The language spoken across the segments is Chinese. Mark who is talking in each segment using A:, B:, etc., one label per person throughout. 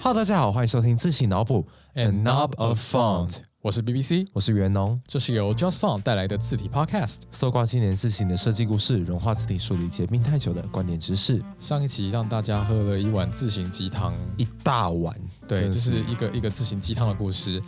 A: Hello，大家好，欢迎收听自行脑补
B: And Knob of Font，我是 BBC，
A: 我是袁农。
B: 这是由 Just Font 带来的字体 Podcast。
A: 搜刮青年自行的设计故事，融化字体梳理结冰太久的观点知识，
B: 上一期让大家喝了一碗自行鸡汤，
A: 一大碗。
B: 对，
A: 真
B: 就是是一个一个自行鸡汤的故事。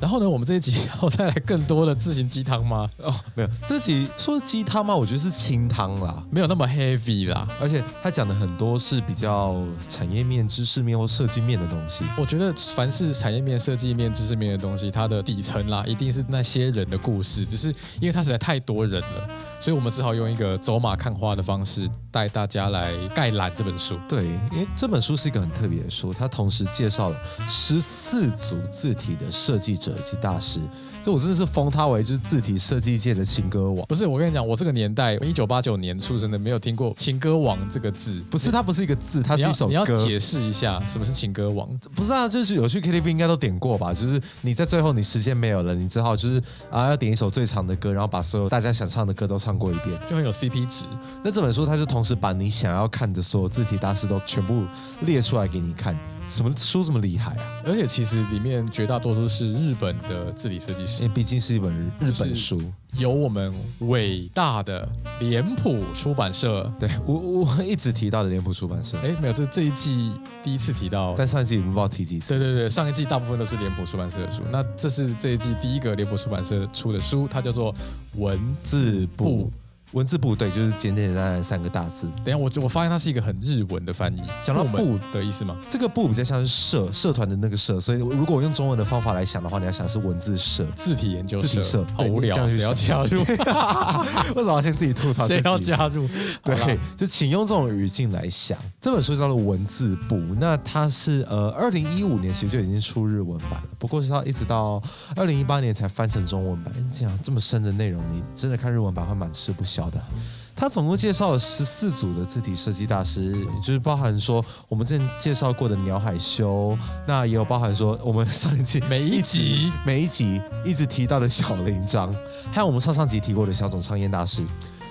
B: 然后呢，我们这一集要带来更多的自行鸡汤吗？
A: 哦，没有，这集说鸡汤吗？我觉得是清汤啦。
B: 没有那么 heavy 啦。
A: 而且他讲的很多是比较产业面、知识面或设计面的东西。
B: 我觉得凡是产业面、设计面、知识面的东西，它的底层啦，一定是那些人的故事。只是因为它实在太多人了，所以我们只好用一个走马看花的方式，带大家来概览这本书。
A: 对，因为这本书是一个很特别的书，它同时介绍了十四组字体的设计者及大师，这我真的是封他为就是字体设计界的情歌王。
B: 不是，我跟你讲，我这个年代，
A: 嗯
B: 一九八九年出生的，没有听过“情歌王”这个字。
A: 不是，它不是一个字，嗯它
B: 你
A: 是
B: 要
A: 一首
B: 你要
A: 歌。
B: 解释一下什么是情歌王？
A: 不是啊，就是有去 KTV 应该都点过吧？就是你在最后你时间没有了，你只好就是啊要点一首最长的歌，然后把所有大家想唱的歌都唱过一遍。
B: 就很有 CP 值。
A: 那这本书它就同时把你想要看的所有字体大师都全部列出来给你看。什么书这么厉害啊？
B: 而且其实里面绝大多数是日本的字体设计
A: 因
B: 师
A: 为，毕竟是一本日本书。
B: 由我们伟大的脸谱出版社。
A: 对我我一直提到的脸谱出版社，
B: 哎，没有，这这一季第一次提到。
A: 但上一集我们不知道提几次。
B: 对对对，上一季大部分都是脸谱出版社的书，那这是这一季第一个脸谱出版社出的书，它叫做《文
A: 字部
B: 部
A: 文字部对，就是简简单单的三个大字。
B: 等一下，我我发现它是一个很日文的翻译，
A: 讲到
B: 部门
A: 部
B: 的意思吗？
A: 这个部比较像是社社团的那个社，所以如果我用中文的方法来想的话，你要想是文字社。
B: 字体研究
A: 自己社，
B: 好无聊，
A: 对
B: 谁要 加入？
A: 你这？样去想为什么要先自己吐槽？
B: 谁要？加 入？好啦
A: 对，，就请用这种语境来想。这本书叫做《文字部》，那它是呃，二零一五年其实就已经出日文版了，不过是到一直到二零一八年才翻成中文版。这样这么深的内容，你真的看日文版会蛮吃不消的。
B: 嗯
A: 它总共介绍了十四组的字体设计大师，就是包含说我们之前介绍过的鸟海修，那也有包含说我们上一期
B: 每一集
A: 每一集一直提到的小铃章，还有我们上上集提过的小种商验大师，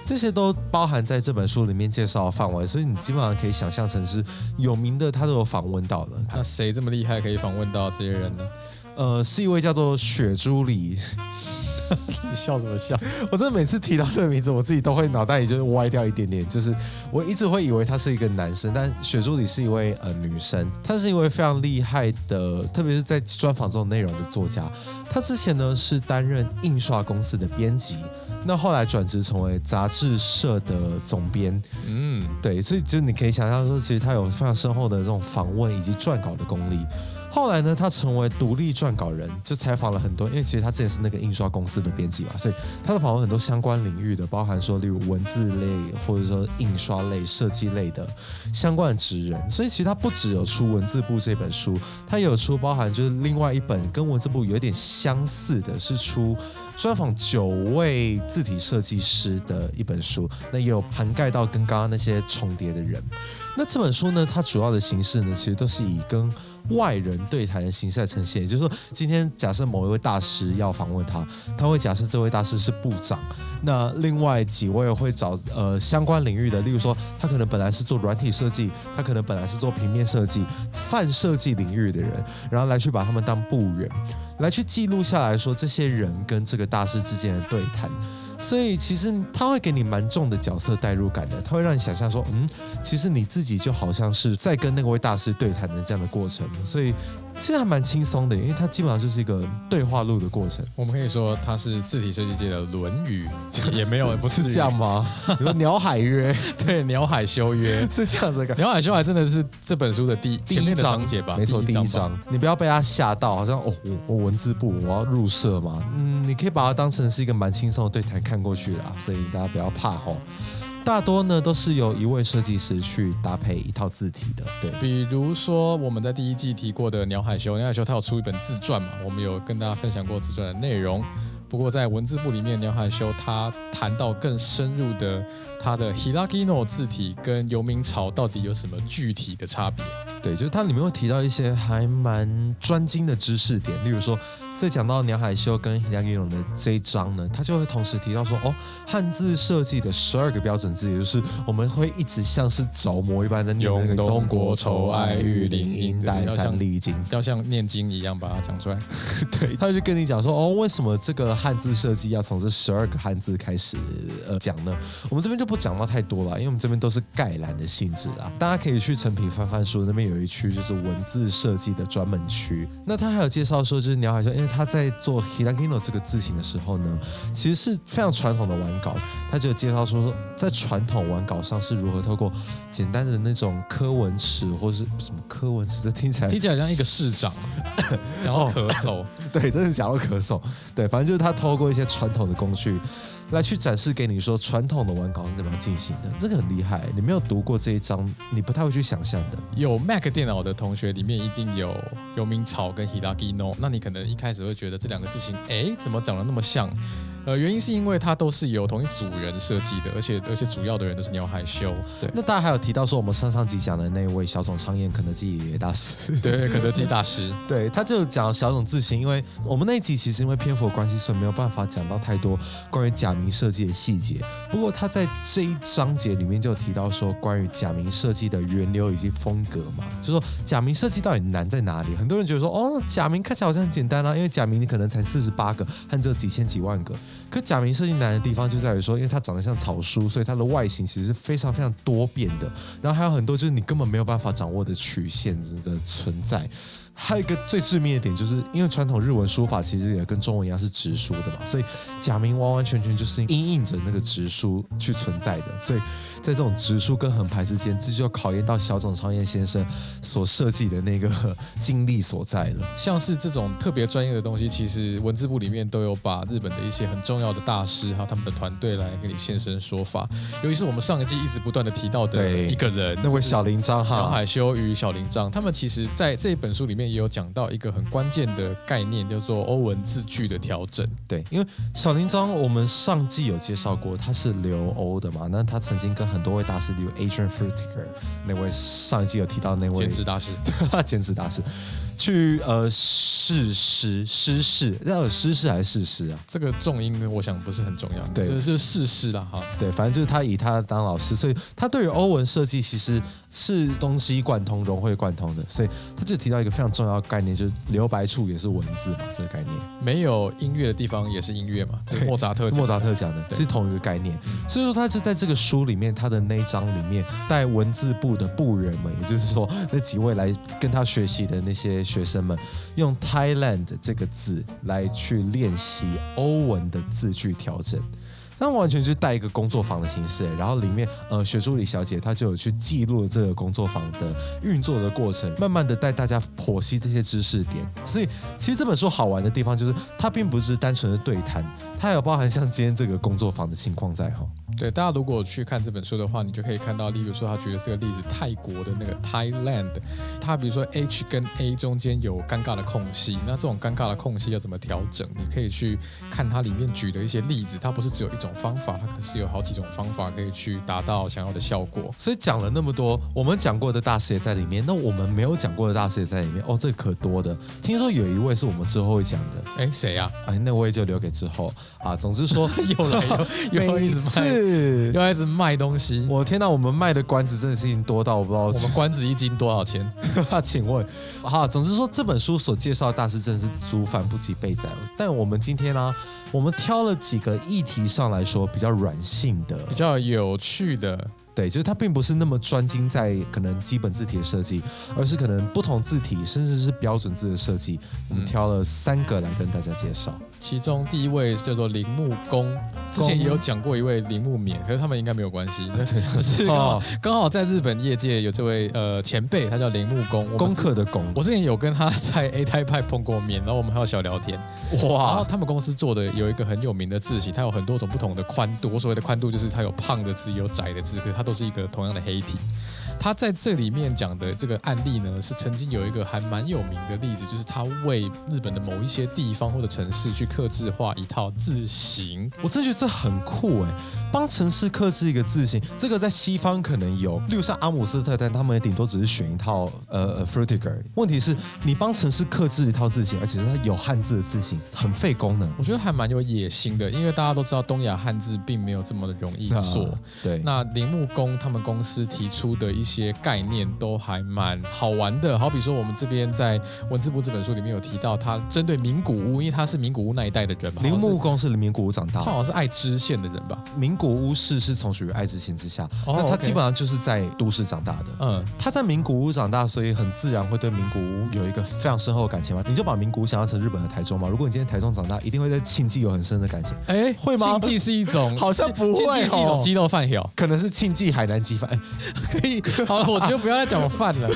A: 这些都包含在这本书里面介绍的范围，所以你基本上可以想象成是有名的，他都有访问到了。
B: 那谁这么厉害可以访问到这些人呢？
A: 呃，是一位叫做雪朱里，
B: 你笑什么笑？
A: 我真的每次提到这个名字，我自己都会脑袋里就是歪掉一点点，就是我一直会以为他是一个男生，但雪朱里是一位呃女生，她是一位非常厉害的，特别是在专访这种内容的作家。她之前呢是担任印刷公司的编辑，那后来转职成为杂志社的总编，
B: 嗯，
A: 对，所以就你可以想象说，其实他有非常深厚的这种访问以及撰稿的功力。后来呢，他成为独立撰稿人，就采访了很多，因为其实他之前是那个印刷公司的编辑嘛，所以他的访问很多相关领域的，包含说例如文字类或者说印刷类、设计类的相关的职人。所以其实他不只有出《文字部》这本书，他也有出包含就是另外一本跟《文字部》有点相似的，是出专访九位字体设计师的一本书，那也有涵盖到跟刚刚那些重叠的人。那这本书呢，它主要的形式呢，其实都是以跟外人对谈的形式来呈现。也就是说，今天假设某一位大师要访问他，他会假设这位大师是部长，那另外几位会找呃相关领域的，例如说他可能本来是做软体设计，他可能本来是做平面设计、泛设计领域的人，然后来去把他们当部员。来去记录下来说这些人跟这个大师之间的对谈。所以其实他会给你蛮重的角色代入感的，他会让你想象说，嗯，其实你自己就好像是在跟那位大师对谈的这样的过程，所以其实还蛮轻松的，因为它基本上就是一个对话录的过程，
B: 我们可以说它是字体设计界的《论语》，也没有，不至于
A: 是这样。 吗？你说鸟海约
B: 对，鸟海修约，
A: 是这样子的感觉。
B: 鸟海修还真的是这本书的第
A: 第
B: 前
A: 一
B: 面的
A: 章
B: 章节吧？
A: 没错，第
B: 吧
A: 一章，你不要被他吓到，好像哦，我我文字部我要入社嘛，嗯，你可以把它当成是一个蛮轻松的对谈看过去啦，所以大家不要怕吼。大多呢都是由一位设计师去搭配一套字体的，对，
B: 比如说我们在第一季提过的鸟海修，鸟海修他有出一本自传嘛，我们有跟大家分享过自传的内容。不过在文字部里面，鸟海修他谈到更深入的他的 hiragino 字体跟游明朝到底有什么具体的差别。
A: 对，就是它里面会提到一些还蛮专精的知识点，例如说，在讲到鸟海秀跟 Hidaki n 的这一章呢，它就会同时提到说，哦，汉字设计的十二个标准字，也就是我们会一直像是着魔一般在念那个
B: 永东
A: 东
B: 国
A: 国
B: 仇
A: 仇
B: 爱
A: 爱
B: 玉
A: 玉
B: 林
A: 林
B: 阴
A: 阴代
B: 要像
A: 三历经。
B: 要像念经一样把它讲出来。
A: 对，他就跟你讲说，哦，为什么这个汉字设计要从这十二个汉字开始呃讲呢？我们这边就不讲到太多了，因为我们这边都是概览的性质啊。大家可以去成品翻翻书，那边有一区就是文字设计的专门区。那他还有介绍说，就是鸟海说，因为他在做 hiragino 这个字形的时候呢，其实是非常传统的玩稿，他就有介绍说，在传统玩稿上是如何透过简单的那种科文尺或是什么科文尺，这听起来
B: 听起来像一个市长 讲到咳嗽，
A: 对，真的讲到咳嗽。对，反正就是他透过一些传统的工具，来去展示给你说传统的玩稿是怎么样进行的，这个很厉害。你没有读过这一章，你不太会去想象的。
B: 有 Mac 电脑的同学里面一定有游明草跟 Hiragino，那你可能一开始会觉得这两个字形，哎，怎么长得那么像？呃，原因是因为它都是由同一组人设计的，而且而且主要的人都是鸟海修，对
A: 那大家还有提到说，我们上上集讲的那一位小总昌彦肯德基爷爷大师，
B: 对，肯德基大师。
A: 对，他就讲小种字形，因为我们那一集其实因为篇幅的关系，所以没有办法讲到太多关于假名设计的细节。不过他在这一章节里面就有提到说，关于假名设计的源流以及风格嘛，就说假名设计到底难在哪里？很多人觉得说，哦，假名看起来好像很简单啊，因为假名你可能才四十八个，和这几千几万个。可假名设计难的地方就在于说，因为它长得像草书，所以它的外形其实是非常非常多变的，然后还有很多就是你根本没有办法掌握的曲线的存在。还有一个最致命的点，就是因为传统日文书法其实也跟中文一样是直书的嘛，所以假名完完全全就是因应着那个直书去存在的。所以在这种直书跟横排之间，这就考验到小冢昌彦先生所设计的那个 呵经历所在了。
B: 像是这种特别专业的东西，其实文字部里面都有把日本的一些很重要的大师还有他们的团队来给你现身说法。尤其是我们上一季一直不断的提到的
A: 对
B: 一个人，
A: 那位
B: 就是
A: 小林章
B: 杨
A: 哈，
B: 海修与小林章，他们其实在这一本书里面也有讲到一个很关键的概念，叫做欧文字句的调整。
A: 对，因为小林章我们上季有介绍过，他是留欧的嘛，那他曾经跟很多位大师，例如 Adrian Frutiger 那位上一季有提到那位
B: 兼职大师，
A: 他 兼职大师，去呃试诗诗试，要有诗试还是试诗啊？
B: 这个重音我想不是很重要，
A: 对
B: 就是事实啦哈。
A: 对，反正就是他以他当老师，所以他对于欧文设计其实是东西贯通、融会贯通的，所以他就提到一个非常重要的概念，就是留白处也是文字嘛，这个概念。
B: 没有音乐的地方也是音乐嘛，
A: 对
B: 莫扎特讲
A: 莫扎特讲的
B: 对
A: 是同一个概念，
B: 嗯
A: 所以说他就在这个书里面，他的那一章里面带文字部的部员们，也就是说那几位来跟他学习的那些学生们，用 Thailand 这个字来去练习欧文的字句调整。那完全就是带一个工作坊的形式，然后里面呃，学助理小姐她就有去记录这个工作坊的运作的过程，慢慢的带大家剖析这些知识点。所以其实这本书好玩的地方就是，它并不是单纯的对谈，它有包含像今天这个工作坊的情况在哈。
B: 对，大家如果去看这本书的话，你就可以看到，例如说他举的这个例子，泰国的那个 Thailand，它比如说 H 跟 A 中间有尴尬的空隙，那这种尴尬的空隙要怎么调整？你可以去看它里面举的一些例子，它不是只有一种方法，它可是有好几种方法可以去达到想要的效果。
A: 所以讲了那么多，我们讲过的大师也在里面，那我们没有讲过的大师也在里面哦，这可多的。听说有一位是我们之后会讲的，
B: 哎，谁啊？
A: 哎，那位就留给之后啊。总之说，
B: 又来又又
A: 每
B: 一
A: 一
B: 直卖，
A: 次，
B: 又一直卖东西。
A: 我天哪，我们卖的关子真的是已经多到我不知道
B: 我们关子一斤多少钱？
A: 那 请问，好，总之说这本书所介绍的大师真的是祖反不及备载。但我们今天呢、我们挑了几个议题上来说比较软性的，
B: 比较有趣的，
A: 对，就是它并不是那么专精在可能基本字体的设计，而是可能不同字体甚至是标准字的设计。我们挑了三个来跟大家介绍。
B: 其中第一位叫做铃木公，之前也有讲过一位铃木勉，可是他们应该没有关系， 只是刚好
A: 啊哦，
B: 刚好在日本业界有这位呃前辈，他叫铃木公。我们
A: 功
B: 之
A: 课的功，
B: 我之前有跟他在 A 台派碰过面，然后我们还有小聊天。然后
A: 哇，
B: 他们公司做的有一个很有名的字型，它有很多种不同的宽度。我所谓的宽度就是它有胖的字，有窄的字，可是它都是一个同样的黑体。他在这里面讲的这个案例呢，是曾经有一个还蛮有名的例子，就是他为日本的某一些地方或者城市去刻制化一套字形。
A: 我真的觉得这很酷哎，帮城市克制一个字形，这个在西方可能有，例如像阿姆斯特丹，他们也顶多只是选一套呃 f r u t i g e r 问题是，你帮城市克制一套字形，而且是它有汉字的字形，很费功能。
B: 我觉得还蛮有野心的，因为大家都知道东亚汉字并没有这么的容易做。
A: 啊对，
B: 那铃木工他们公司提出的一些概念都还蛮好玩的，好比说我们这边在《文字部》这本书里面有提到，他针对名古屋，因为他是名古屋那一带的人嘛，
A: 铃木
B: 好像是
A: 工是名古屋长
B: 他好
A: 大，
B: 像是爱知县的人吧？
A: 名古屋市是从属于爱知县之下，
B: 哦
A: 那他
B: OK
A: 基本上就是在都市长大的。
B: 嗯，
A: 他在名古屋长大，所以很自然会对名古屋有一个非常深厚的感情嘛。你就把名古屋想象成日本的台中嘛。如果你今天台中长大，一定会对庆记有很深的感情，
B: 哎，
A: 会吗
B: 竞技是一种，
A: 好像不
B: 竞
A: 会
B: 技是一种
A: 哦。
B: 鸡肉饭 哟。
A: 可能是庆记海南鸡饭。 哎
B: 可以，好了，我就不要再讲饭了。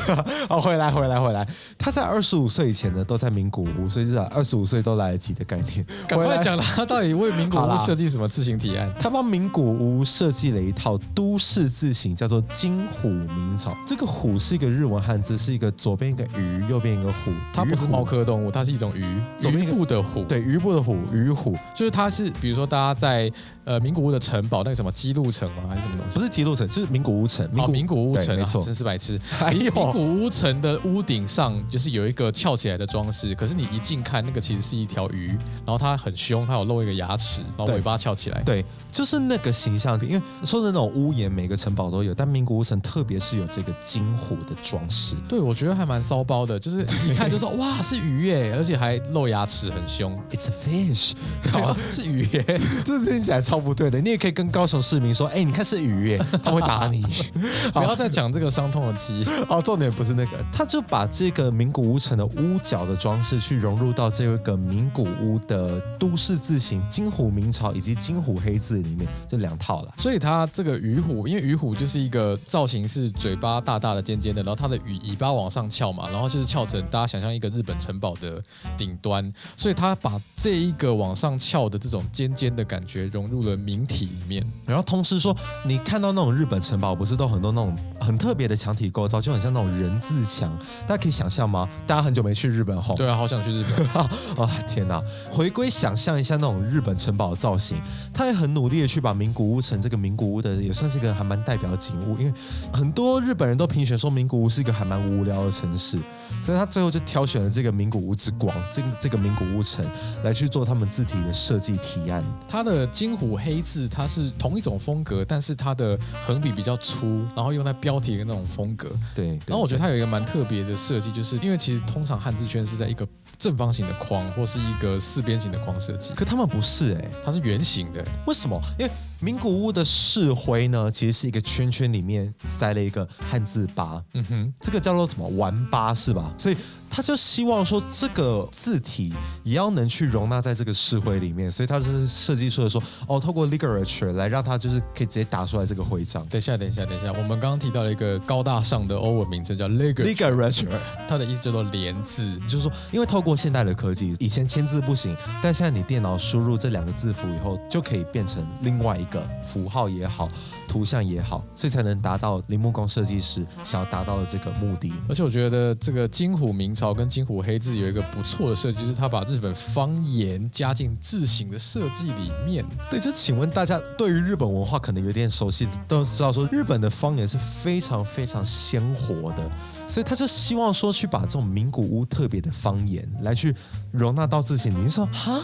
A: 哦，回来回来回来，他在二十五岁以前呢，都在名古屋，所以就是二十五岁都来得及的概念。
B: 赶
A: 回
B: 快
A: 来
B: 讲了，他到底为名古
A: 好
B: 屋
A: 啦
B: 设计什么自行提案？
A: 他帮名古屋设计了一套都市字形，叫做“金虎明朝”。这个“虎”是一个日文汉字，是一个左边一个鱼，右边一个虎。
B: 它不是
A: 鱼虎
B: 猫，科动物，它是一种鱼，
A: 左边
B: 鱼
A: 一个
B: 部的虎。
A: 对，鱼部的虎，鱼虎
B: 就是它是，比如说大家在呃名古屋的城堡，那个什么姬路城吗？还是什么东西
A: 不？是吉鹿城，就是名古屋 城。名
B: 哦，
A: 古
B: 名古屋城
A: 对
B: 啊
A: 没错哎
B: 真是白痴。
A: 还
B: 名古
A: 有
B: 屋城的屋顶上就是有一个翘起来的装饰，可是你一近看，那个其实是一条鱼，然后它很凶，它有露一个牙齿，然后
A: 对
B: 尾巴翘起来。
A: 对，就是那个形象，因为说的那种屋檐，每个城堡都有，但名古屋城特别是有这个金虎的装饰。
B: 对，我觉得还蛮骚包的，就是 一看就说哇是鱼耶，而且还露牙齿，很 凶。啊
A: It's a fish，好，
B: 是鱼耶。
A: 这听起来超不对的。你也可以跟高雄市民说，哎、你看是鱼耶，他会打你。
B: 不要再讲这个伤痛的记忆。
A: 哦，重点不是那个，他就把这个名古屋城的屋角的装饰去融入到这个名古屋的都市字形金虎明朝以及金虎黑字里面这两套了。
B: 所以它这个鱼虎，因为鱼虎就是一个造型是嘴巴大大的、尖尖的，然后它的鱼尾巴往上翘嘛，然后就是翘成大家想象一个日本城堡的顶端，所以它把这一个往上翘的这种尖尖的感觉融入了明体里面。
A: 然后同时说，你看到那种日本城堡，不是都很多那种很特别的墙体构造，就很像那种人字墙，大家可以想象吗？大家很久没去日本吼，
B: 对啊，好想去日本。
A: 啊，天哪！回归想象一下那种日本城堡的造型，他也很努力的去把名古屋城这个名古屋的也算是一个还蛮代表景物，因为很多日本人都评选说名古屋是一个还蛮无聊的城市，所以他最后就挑选了这个名古屋之光，这个这个名古屋城来去做他们字体的设计提案。
B: 它的金虎黑字，它是同一种风格，但是它的横笔比较粗，然后用在标题的那种风格。
A: 对，
B: 然后我觉得它有一个蛮特别的设计，就是因为其实通常汉字圈是在一个正方形的框或是一个四边形的框设计
A: 得，可他们不是哎、
B: 它是圆形的。
A: 为什么？因为名古屋的市徽呢，其实是一个圈圈里面塞了一个汉字八，
B: 嗯哼，
A: 这个叫做什么玩吧是吧？所以他就希望说这个字体也要能去容纳在这个诗徽里面，所以他就是设计出了说哦，透过 ligature 来让它就是可以直接打出来这个徽章。
B: 等一下，等一下，等一下，我们刚刚提到了一个高大上的欧文名称叫 Liger，
A: ligature
B: 它的意思叫做连字。
A: 就是说，因为透过现代的科技，以前签字不行，但现在你电脑输入这两个字符以后，就可以变成另外一个符号也好，图像也好，所以才能达到铃木工设计师想要达到的这个目的。
B: 而且我觉得这个金虎明朝跟金虎黑字有一个不错的设计，就是它把日本方言加进字形的设计里面。
A: 对，就请问大家对于日本文化可能有点熟悉，都知道说日本的方言是非常非常鲜活的，所以他就希望说去把这种名古屋特别的方言来去容纳到自己。你就说哈，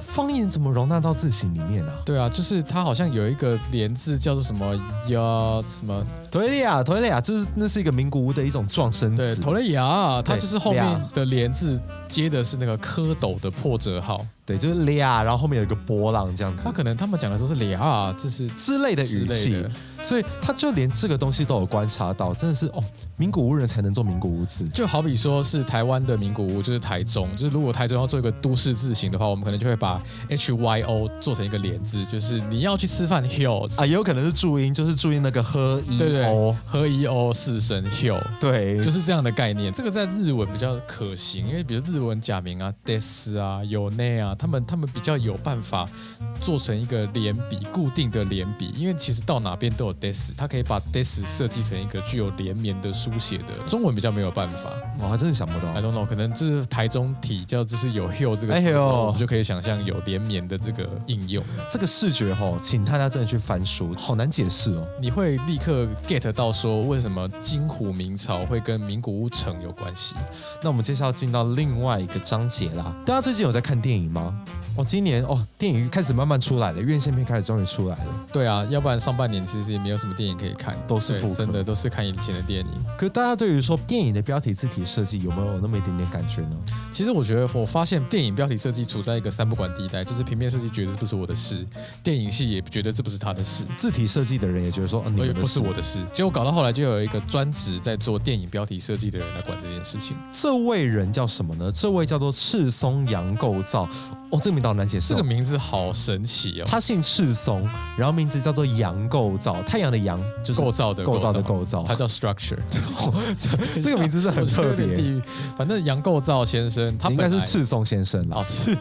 A: 方言怎么容纳到自己里面啊？
B: 对啊，就是它好像有一个连字叫做什么呀什么
A: 对了呀，对了呀，啊就是那是一个名古屋的一种撞声
B: 对，
A: 词。
B: 头雷牙，它
A: 嗯对
B: 就是后面
A: 俩
B: 的连字接的是那个蝌蚪的破折号，
A: 对，就是俩，然后后面有一个波浪这样子
B: 它可能他们讲的都是俩，这是
A: 之类的
B: 之
A: 语
B: 类
A: 气
B: 的，，
A: 所以他就连这个东西都有观察到，真的是哦，名古屋人才能做名古屋字。
B: 就好比说是台湾的名古屋，就是台中，就是如果台中要做一个都市字形的话，我们可能就会把 H Y O 做成一个连字，就是你要去吃饭 hill，
A: 啊，也有可能是注音，就是注音那个呵一
B: 对对
A: 哦，，
B: 和一 O 四声 hill。
A: 对，
B: 就是是这样的概念，这个在日文比较可行，因为比如日文文假名啊、des 啊、有内啊，他们他们比较有办法做成一个连笔固定的连笔，因为其实到哪边都有 des，它可以把 des 设计成一个具有连绵的书写的。中文比较没有办法
A: 我还真的想不到
B: ，I。don't know，可能就是台中体叫就是有 hill 这个
A: 哎
B: 字，
A: 呦
B: 我们就可以想象有连绵的这个应用。
A: 这个视觉哈、请大家真的去翻书，好难解释哦。
B: 你会立刻 get 到说为什么金虎明朝会跟名古屋城有关系？
A: 那我们接下来进到另外一个章节啦。大家最近有在看电影吗？哦，今年哦，电影开始慢慢出来了，院线片开始终于出来了。
B: 对啊，要不然上半年其实也没有什么电影可以看，
A: 都是
B: 对
A: 复刻
B: 真的都是看以前的电影。
A: 可大家对于说电影的标题字体设计有没有那么一点点感觉呢？
B: 其实我觉得，我发现电影标题设计处在一个三不管地带，就是平面设计觉得这不是我的事，电影系也觉得这不是他的事，
A: 字体设计的人也觉得说，嗯、你们
B: 而哦也
A: 的
B: 不是
A: 事
B: 我的事。结果搞到后来，就有一个专职在做电影标题设计的人来管这件事情。
A: 这位人叫什么呢？这位叫做赤松洋构造。哦，这个名字好难解释、
B: 这
A: 哦。
B: 个名字好神奇哦，
A: 他姓赤松，然后名字叫做洋构造，太阳的阳就是
B: 构造的
A: 构造的构造。
B: 它叫 structure。
A: 这个名字是很特
B: 我觉得有点地
A: 别，
B: 狱。反正杨构造先生，他
A: 你应
B: 本
A: 该
B: 来哦
A: 是赤松先生啊啦
B: 老。师，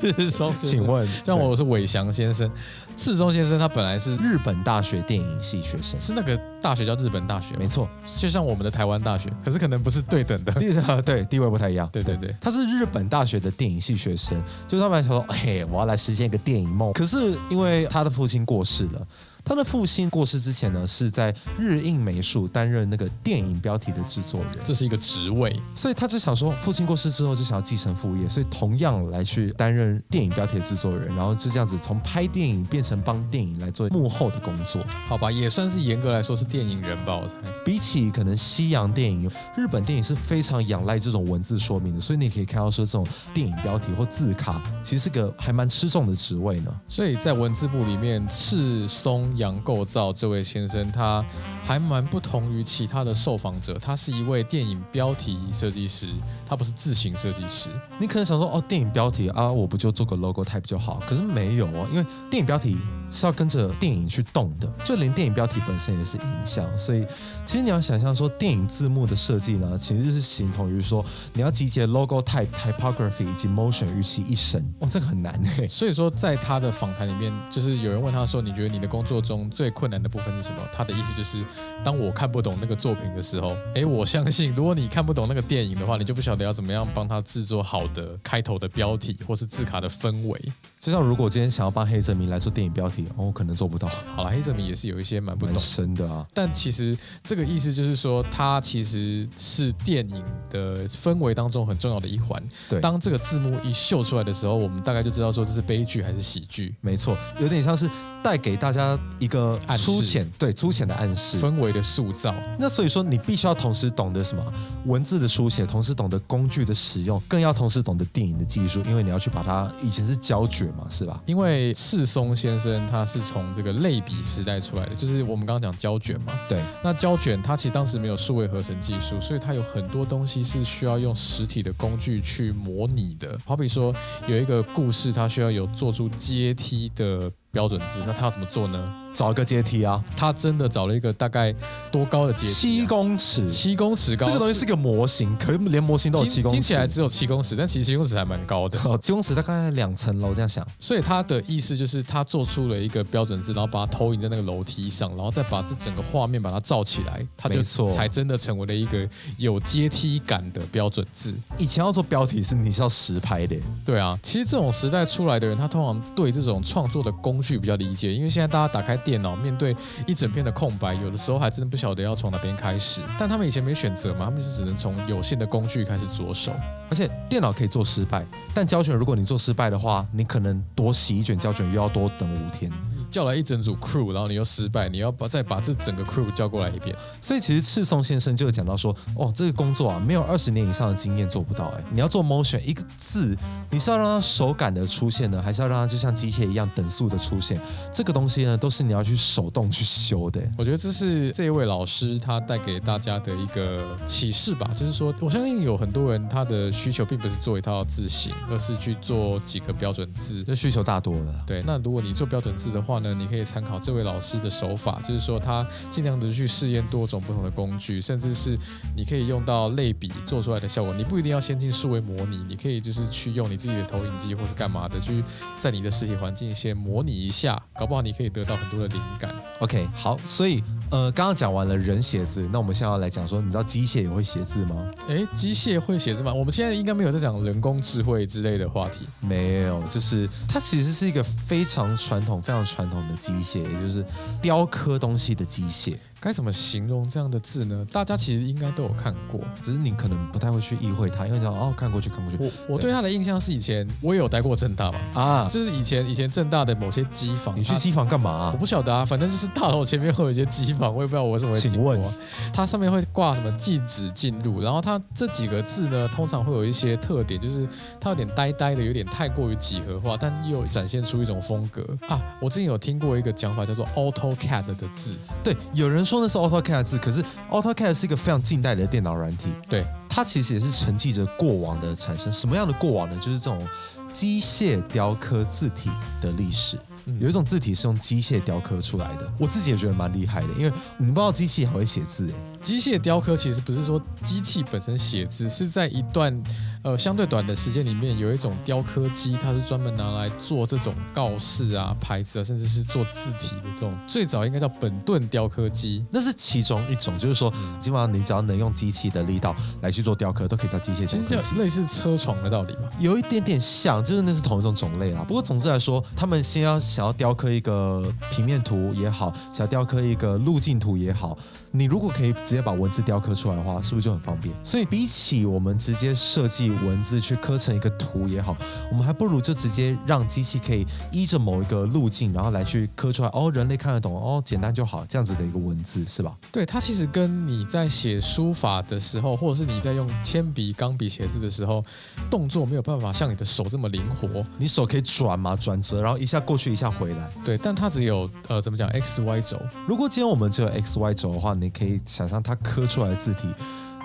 A: 请问，
B: 让我是伟翔先生，赤松先生他本来是
A: 对日本大学电影系学生，
B: 是那个大学叫日本大学嘛，
A: 没错，
B: 就像我们的台湾大学，可是可能不是对等的。
A: 地对地位不太一样。
B: 对对对，
A: 他是日本大学的电影系学生，就是他们还想说，嘿，我要来实现一个电影梦。可是因为他的父亲过世了，他的父亲过世之前呢，是在日映美术担任那个电影标题的制作人，
B: 这是一个职位，
A: 所以他就想说，父亲过世之后就想要继承父业，所以同样来去担任电影标题的制作人，然后就这样子从拍电影变成帮电影来做幕后的工作。
B: 好吧，也算是严格来说是电影人吧，我猜。
A: 比起可能西洋电影，日本电影是非常仰赖这种文字说明的，所以你可以看到说这种电影标题或字卡，其实是个还蛮吃重的职位呢。
B: 所以在文字部里面，赤松洋构造这位先生，他还蛮不同于其他的受访者，他是一位电影标题设计师，他不是字形设计师。
A: 你可能想说，哦，电影标题啊，我不就做个 logo type 就好？可是没有哦，因为电影标题是要跟着电影去动的，就连电影标题本身也是影像。所以，其实你要想象说，电影字幕的设计呢，其实是形同于说，你要集结 logo type、typography 以及 motion 预期一身。哇、哦，这个很难诶。
B: 所以说，在他的访谈里面，就是有人问他说：“你觉得你的工作中最困难的部分是什么？”他的意思就是，当我看不懂那个作品的时候，诶，我相信如果你看不懂那个电影的话，你就不晓得要怎么样帮他制作好的开头的标题或是字卡的氛围。
A: 就像如果今天想要帮黑泽明来做电影标题，哦，我可能做不到，
B: 好了，黑泽明也是有一些蛮不
A: 蛮
B: 懂的
A: 深的啊。
B: 但其实这个意思就是说，它其实是电影的氛围当中很重要的一环。
A: 对
B: 当这个字幕一秀出来的时候，我们大概就知道说这是悲剧还是喜剧，
A: 没错，有点像是带给大家一个
B: 暗示
A: 粗浅，对粗浅的暗示。
B: 氛围的塑造。
A: 那所以说，你必须要同时懂得什么文字的书写，同时懂得工具的使用，更要同时懂得电影的技术，因为你要去把它以前是胶卷嘛，是吧？
B: 因为赤松先生他是从这个类比时代出来的，就是我们刚刚讲胶卷嘛。
A: 对，
B: 那胶卷它其实当时没有数位合成技术，所以它有很多东西是需要用实体的工具去模拟的。好比说有一个故事，它需要有做出阶梯的标准字，那它要怎么做呢？
A: 找一个阶梯啊，
B: 他真的找了一个大概多高的阶梯、啊
A: 七公尺，
B: 七公尺高，
A: 这个东西是个模型，可是连模型都有
B: 听
A: 七公尺，
B: 听起来只有七公尺，但其实七公尺还蛮高的。
A: 哦，七公尺大概两层楼这样想，
B: 所以他的意思就是，他做出了一个标准字，然后把它投影在那个楼梯上，然后再把这整个画面把它罩起来，他就
A: 没错
B: 才真的成为了一个有阶梯感的标准字。
A: 以前要做标题是你是要实拍的，
B: 对啊，其实这种时代出来的人，他通常对这种创作的工具比较理解，因为现在大家打开电脑，面对一整片的空白，有的时候还真的不晓得要从哪边开始。但他们以前没选择嘛，他们就只能从有限的工具开始着手。
A: 而且电脑可以做失败，但胶卷如果你做失败的话，你可能多洗一卷胶卷又要多等五天。
B: 叫来一整组 crew，然后你又失败，你要把再把这整个 crew 叫过来一遍。
A: 所以其实赤松先生就有讲到说，哦，这个工作啊，没有二十年以上的经验做不到、欸。哎，你要做 motion 一个字，你是要让它手感的出现呢，还是要让它就像机械一样等速的出现？这个东西呢，都是你要去手动去修的、欸
B: 我觉得这是这一位老师他带给大家的一个启示吧，就是说，我相信有很多人他的需求并不是做一套字形，而是去做几个标准字。
A: 这需求大多了。
B: 对，那如果你做标准字的话，呢，你可以参考这位老师的手法，就是说他尽量的去试验多种不同的工具，甚至是你可以用到类比做出来的效果。你不一定要先进数位模拟，你可以就是去用你自己的投影机或是干嘛的，去在你的实体环境先模拟一下，搞不好你可以得到很多的灵感。
A: OK，好，所以呃，刚刚讲完了人写字，那我们现在要来讲说，你知道机械也会写字吗？
B: 诶，机械会写字吗？我们现在应该没有在讲人工智慧之类的话题。
A: 没有，就是它其实是一个非常传统、非常传统的机械，也就是雕刻东西的机械。
B: 该怎么形容这样的字呢？大家其实应该都有看过。
A: 只是你可能不太会去意会它，因为你知道哦，看过去看过去
B: 我我对他的印象是以前我也有待过正大嘛，
A: 啊，
B: 就是以前以前正大的某些机房，
A: 你去
B: 它
A: 机房干嘛、
B: 我不晓得啊，反正就是大楼前面会有一些机房，我也不知道我为什么会经过啊
A: 请问
B: 它上面会挂什么禁止进入，然后它这几个字呢，通常会有一些特点，就是它有点呆呆的，有点太过于几何化，但又展现出一种风格啊。我之前有听过一个讲法叫做 AutoCAD 的字，
A: 对，有人说那是 AutoCAD 的字，可是 AutoCAD 是一个非常近代的电脑软体。
B: 对，
A: 它其实也是承继着过往的产生。什么样的过往呢？就是这种机械雕刻字体的历史。
B: 嗯
A: 有一种字体是用机械雕刻出来的，我自己也觉得蛮厉害的，因为我们不知道机器还会写字欸诶。
B: 机械雕刻其实不是说机器本身写字，是在一段呃相对短的时间里面，有一种雕刻机，它是专门拿来做这种告示啊、牌子啊，甚至是做字体的这种。最早应该叫本顿雕刻机。
A: 那是其中一种，就是说，基本上你只要能用机器的力道来去做雕刻，都可以叫机械
B: 其
A: 雕
B: 实
A: 刻
B: 叫
A: 机。
B: 类似车床的道理吧，
A: 有一点点像，就是那是同一种种类啦。不过总之来说，他们先要想要雕刻一个平面图也好，想要雕刻一个路径图也好，你如果可以直接把文字雕刻出来的话，是不是就很方便？所以比起我们直接设计文字去刻成一个图也好，我们还不如就直接让机器可以依着某一个路径，然后来去刻出来。哦，人类看得懂，哦，简单就好，这样子的一个文字是吧？
B: 对它其实跟你在写书法的时候，或者是你在用铅笔、钢笔写字的时候，动作没有办法像你的手这么灵活，
A: 你手可以转嘛，转折，然后一下过去，一下回来。
B: 对，但它只有呃怎么讲 x y 轴，
A: 如果今天我们只有 x y 轴的话，你可以想象它刻出来的字体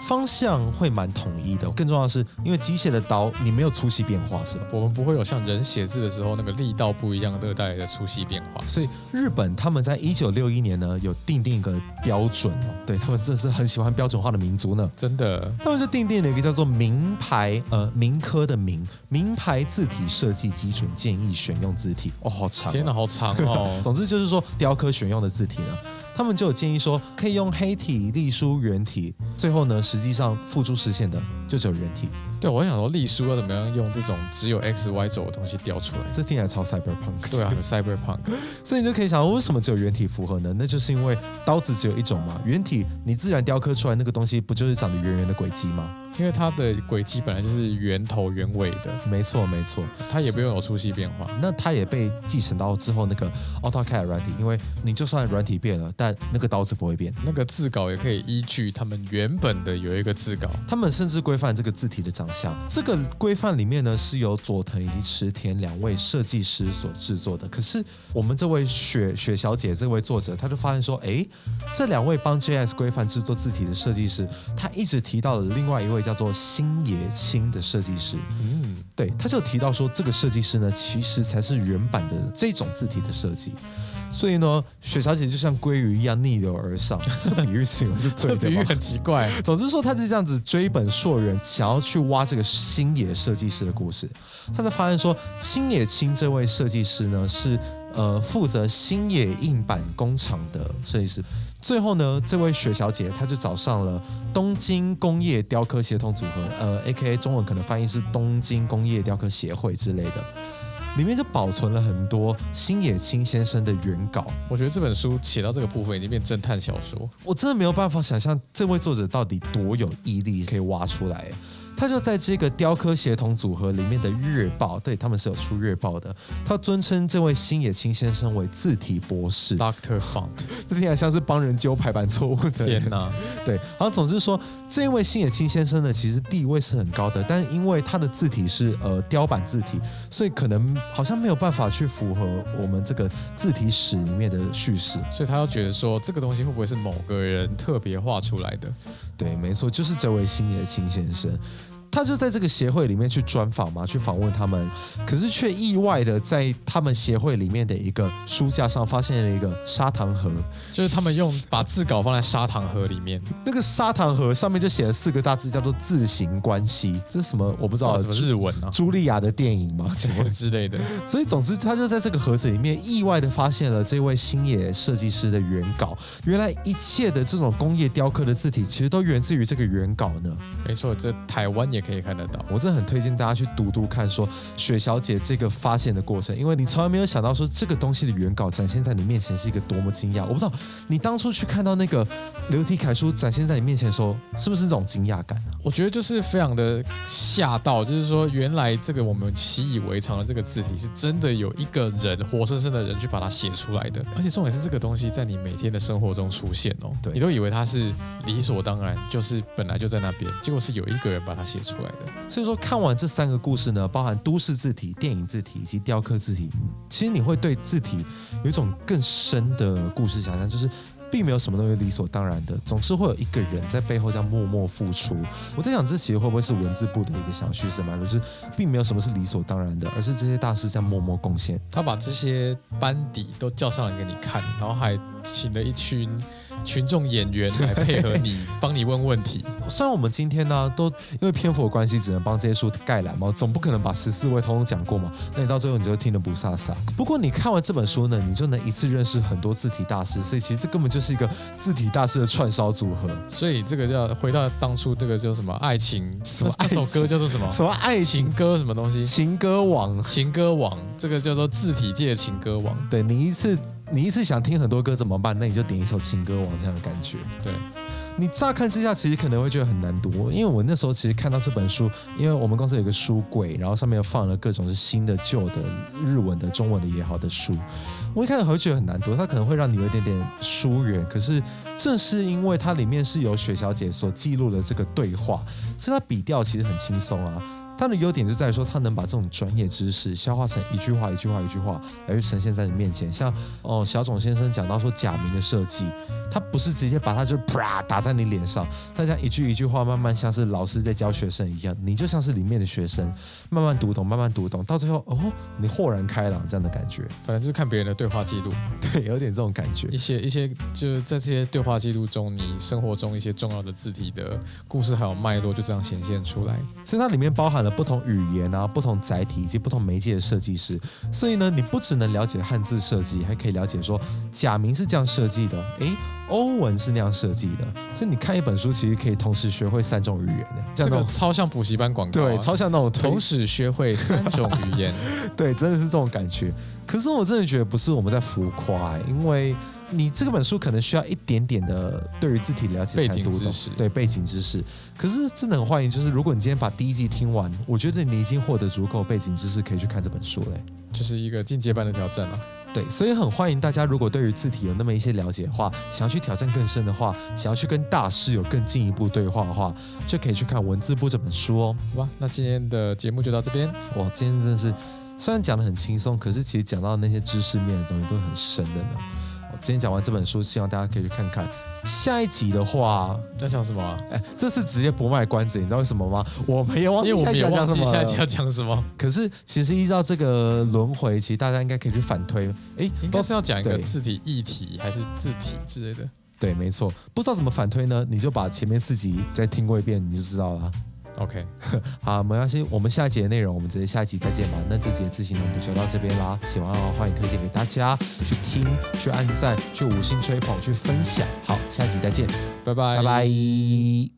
A: 方向会蛮统一的。更重要的是，因为机械的刀你没有粗细变化，是吧？
B: 我们不会有像人写字的时候那个力道不一样的带来的粗细变化。
A: 所以日本他们在一九六一年呢有定定一个标准哦，对他们真的是很喜欢标准化的民族呢。
B: 真的，
A: 他们就定定了一个叫做名牌呃名科的名名牌字体设计基准建议选用字体哦，好长、哦，
B: 天哪，好长 哦！
A: 总之就是说，雕刻选用的字体呢，他们就有建议说，可以用黑体、隶书、圆体。最后呢，实际上付诸实现的就只有圆体。
B: 对，我想说隶书要怎么样用这种只有 x y 轴的东西调出来？
A: 这听起来超 cyberpunk。
B: 对啊，有 cyberpunk，
A: 所以你就可以想，为什么只有圆体符合呢？那就是因为刀子只有一种嘛，圆体你自然雕刻出来那个东西，不就是长得圆圆的轨迹吗？
B: 因为它的轨迹本来就是圆头圆尾的，
A: 没错，没错。
B: 它也不用有粗细变化。
A: 那它也被继承到之后那个 AutoCAD 软体，因为你就算软体变了，但那个刀子不会变。
B: 那个字稿也可以依据他们原本的有一个字稿，
A: 他们甚至规范这个字体的长相。这个规范里面呢，是由佐藤以及池田两位设计师所制作的。可是我们这位雪雪小姐这位作者，她就发现说，诶，这两位帮 JS 规范制作字体的设计师，他一直提到了另外一位叫做星野清的设计师。
B: 嗯，
A: 对，他就提到说，这个设计师呢，其实才是原版的这种字体的设计。所以呢，雪小姐就像鲑鱼一样逆流而上，这比喻形容是对
B: 这
A: 的
B: 比
A: 吗？
B: 喻很奇怪。
A: 总之说，他就这样子追本溯源，想要去挖这个星野设计师的故事。他才发现说，星野清这位设计师呢，是呃负责星野印版工厂的设计师。最后呢，这位雪小姐她就找上了东京工业雕刻协同组合，呃，A K A 中文可能翻译是东京工业雕刻协会之类的。里面就保存了很多星野清先生的原稿，
B: 我觉得这本书写到这个部分已经变侦探小说，
A: 我真的没有办法想象这位作者到底多有毅力可以挖出来。他就在这个雕刻协同组合里面的月报，对他们是有出月报的。他尊称这位星野清先生为字体博士，
B: Doctor Font，
A: 这听起来像是帮人纠排版错误的人
B: 天。哪！
A: 对，然后总之说，这位星野清先生呢，其实地位是很高的，但因为他的字体是呃雕版字体，所以可能好像没有办法去符合我们这个字体史里面的叙事。
B: 所以他要觉得说，这个东西会不会是某个人特别画出来的？嗯
A: 对，没错，就是这位星野清先生。他他就在这个协会里面去专访嘛，去访问他们，可是却意外的在他们协会里面的一个书架上发现了一个砂糖盒，
B: 就是他们用把字稿放在砂糖盒里面，
A: 那个砂糖盒上面就写了四个大字，叫做“自行关系”。这是什么？我不知道。
B: 什么日文啊？
A: 茱莉亚的电影吗？请问
B: 之类的。
A: 所以，总之，他就在这个盒子里面意外的发现了这位星野设计师的原稿。原来一切的这种工业雕刻的字体，其实都源自于这个原稿呢。
B: 没错，这台湾也可以看得到。
A: 我真的很推荐大家去读读看，说雪小姐这个发现的过程，因为你从来没有想到说这个东西的原稿展现在你面前是一个多么惊讶。我不知道你当初去看到那个流体楷书展现在你面前的时候，是不是那种惊讶感啊？
B: 我觉得就是非常的吓到，就是说原来这个我们习以为常的这个字体，是真的有一个人活生生的人去把它写出来的，而且重点是这个东西在你每天的生活中出现哦，
A: 对
B: 你都以为它是理所当然，就是本来就在那边，结果是有一个人把它写出来的。
A: 所以说，看完这三个故事呢，包含都市字体、电影字体以及雕刻字体，其实你会对字体有一种更深的故事想象，就是。并没有什么东西理所当然的，总是会有一个人在背后这样默默付出。我在想，这其实会不会是文字部的一个小叙事嘛？就是并没有什么是理所当然的，而是这些大师在默默贡献。
B: 他把这些班底都叫上来给你看，然后还请了一群群众演员来配合你，帮你问问 题。
A: 虽然我们今天呢、都因为篇幅的关系，只能帮这些书盖栏嘛，总不可能把十四位通通讲过嘛。那你到最后你就会听得不飒飒。不过你看完这本书呢，你就能一次认识很多字体大师，所以其实这根本就是一个字体大师的串烧组合。
B: 所以这个叫回到当初这个叫什么爱情，
A: 什么
B: 那那首
A: 爱情
B: 歌叫做什么？
A: 什么爱
B: 情
A: 情
B: 歌什么东西？
A: 情歌王？
B: 情歌王，这个叫做字体界的情歌王。
A: 对你一次你一次想听很多歌怎么办？那你就点一首情歌王这样的感觉。
B: 对，
A: 你乍看之下，其实可能会觉得很难读，因为我那时候其实看到这本书，因为我们公司有一个书柜，然后上面又放了各种是新的、旧的、日文的、中文的也好的书。我一开始会觉得很难读，它可能会让你有一点点疏远。可是正是因为它里面是有雪小姐所记录的这个对话，所以它笔调其实很轻松啊。它的优点就在于说，它能把这种专业知识消化成一句话、一句话、一句话，来去呈现在你面前。像哦，小种先生讲到说假名的设计，他不是直接把它就啪打在你脸上，他这样一句一句话，慢慢像是老师在教学生一样，你就像是里面的学生，慢慢读懂，慢慢读懂，到最后哦，你豁然开朗这样的感觉，
B: 反正就是看别人的对话记录，
A: 对，有点这种感觉
B: 一。些一些就是在这些对话记录中，你生活中一些重要的字体的故事还有脉络就这样显现出来。
A: 所以它里面包含了不同语言啊、不同载体以及不同媒介的设计师，所以呢，你不只能了解汉字设计，还可以了解说假名是这样设计的，诶，欧文是那样设计的。所以你看一本书，其实可以同时学会三种语言的，
B: 这
A: 样那
B: 个
A: 种
B: 超像补习班广告啊、
A: 对，超像那种推
B: 同时学会三种语 言。
A: 对，真的是这种感觉。可是我真的觉得不是我们在浮夸、欸，因为你这个本书可能需要一点点的对于字体了解
B: 背
A: 才
B: 景
A: 读
B: 知
A: 懂
B: 识，
A: 对背景知识。可是真的很欢迎，就是如果你今天把第一季听完，我觉得你已经获得足够背景知识可以去看这本书嘞、
B: 就是一个进阶班的挑战了。
A: 对，所以很欢迎大家，如果对于字体有那么一些了解的话，想要去挑战更深的话，想要去跟大师有更进一步对话的话，就可以去看《文字部》这本书哦。
B: 好吧，那今天的节目就到这边。
A: 哇，今天真的是，虽然讲的很轻松，可是其实讲到那些知识面的东西都很深的呢。我今天讲完这本书，希望大家可以去看看。下一集的话，
B: 要讲什么啊、
A: 哎，这次直接不卖关子，你知道为什么吗？我没有忘
B: 因为
A: 记下
B: 我们
A: 一集
B: 也
A: 要
B: 忘
A: 讲什
B: 记
A: 么
B: 下一集要
A: 了。
B: 讲什么，
A: 可是其实依照这个轮回，其实大家应该可以去反推。哎，
B: 应
A: 不
B: 该是要讲一个
A: 对
B: 字体议题还是字体之类的。
A: 对，没错。不知道怎么反推呢？你就把前面四集再听过一遍，你就知道了。
B: OK，
A: 好，没关系，我们下一集的内容，我们直接下一集再见吧。那这集的自行脑补就到这边啦，喜欢的话欢迎推荐给大家去听、去按赞、去五星吹捧、去分享。好，下一集再见，
B: 拜拜，
A: 拜拜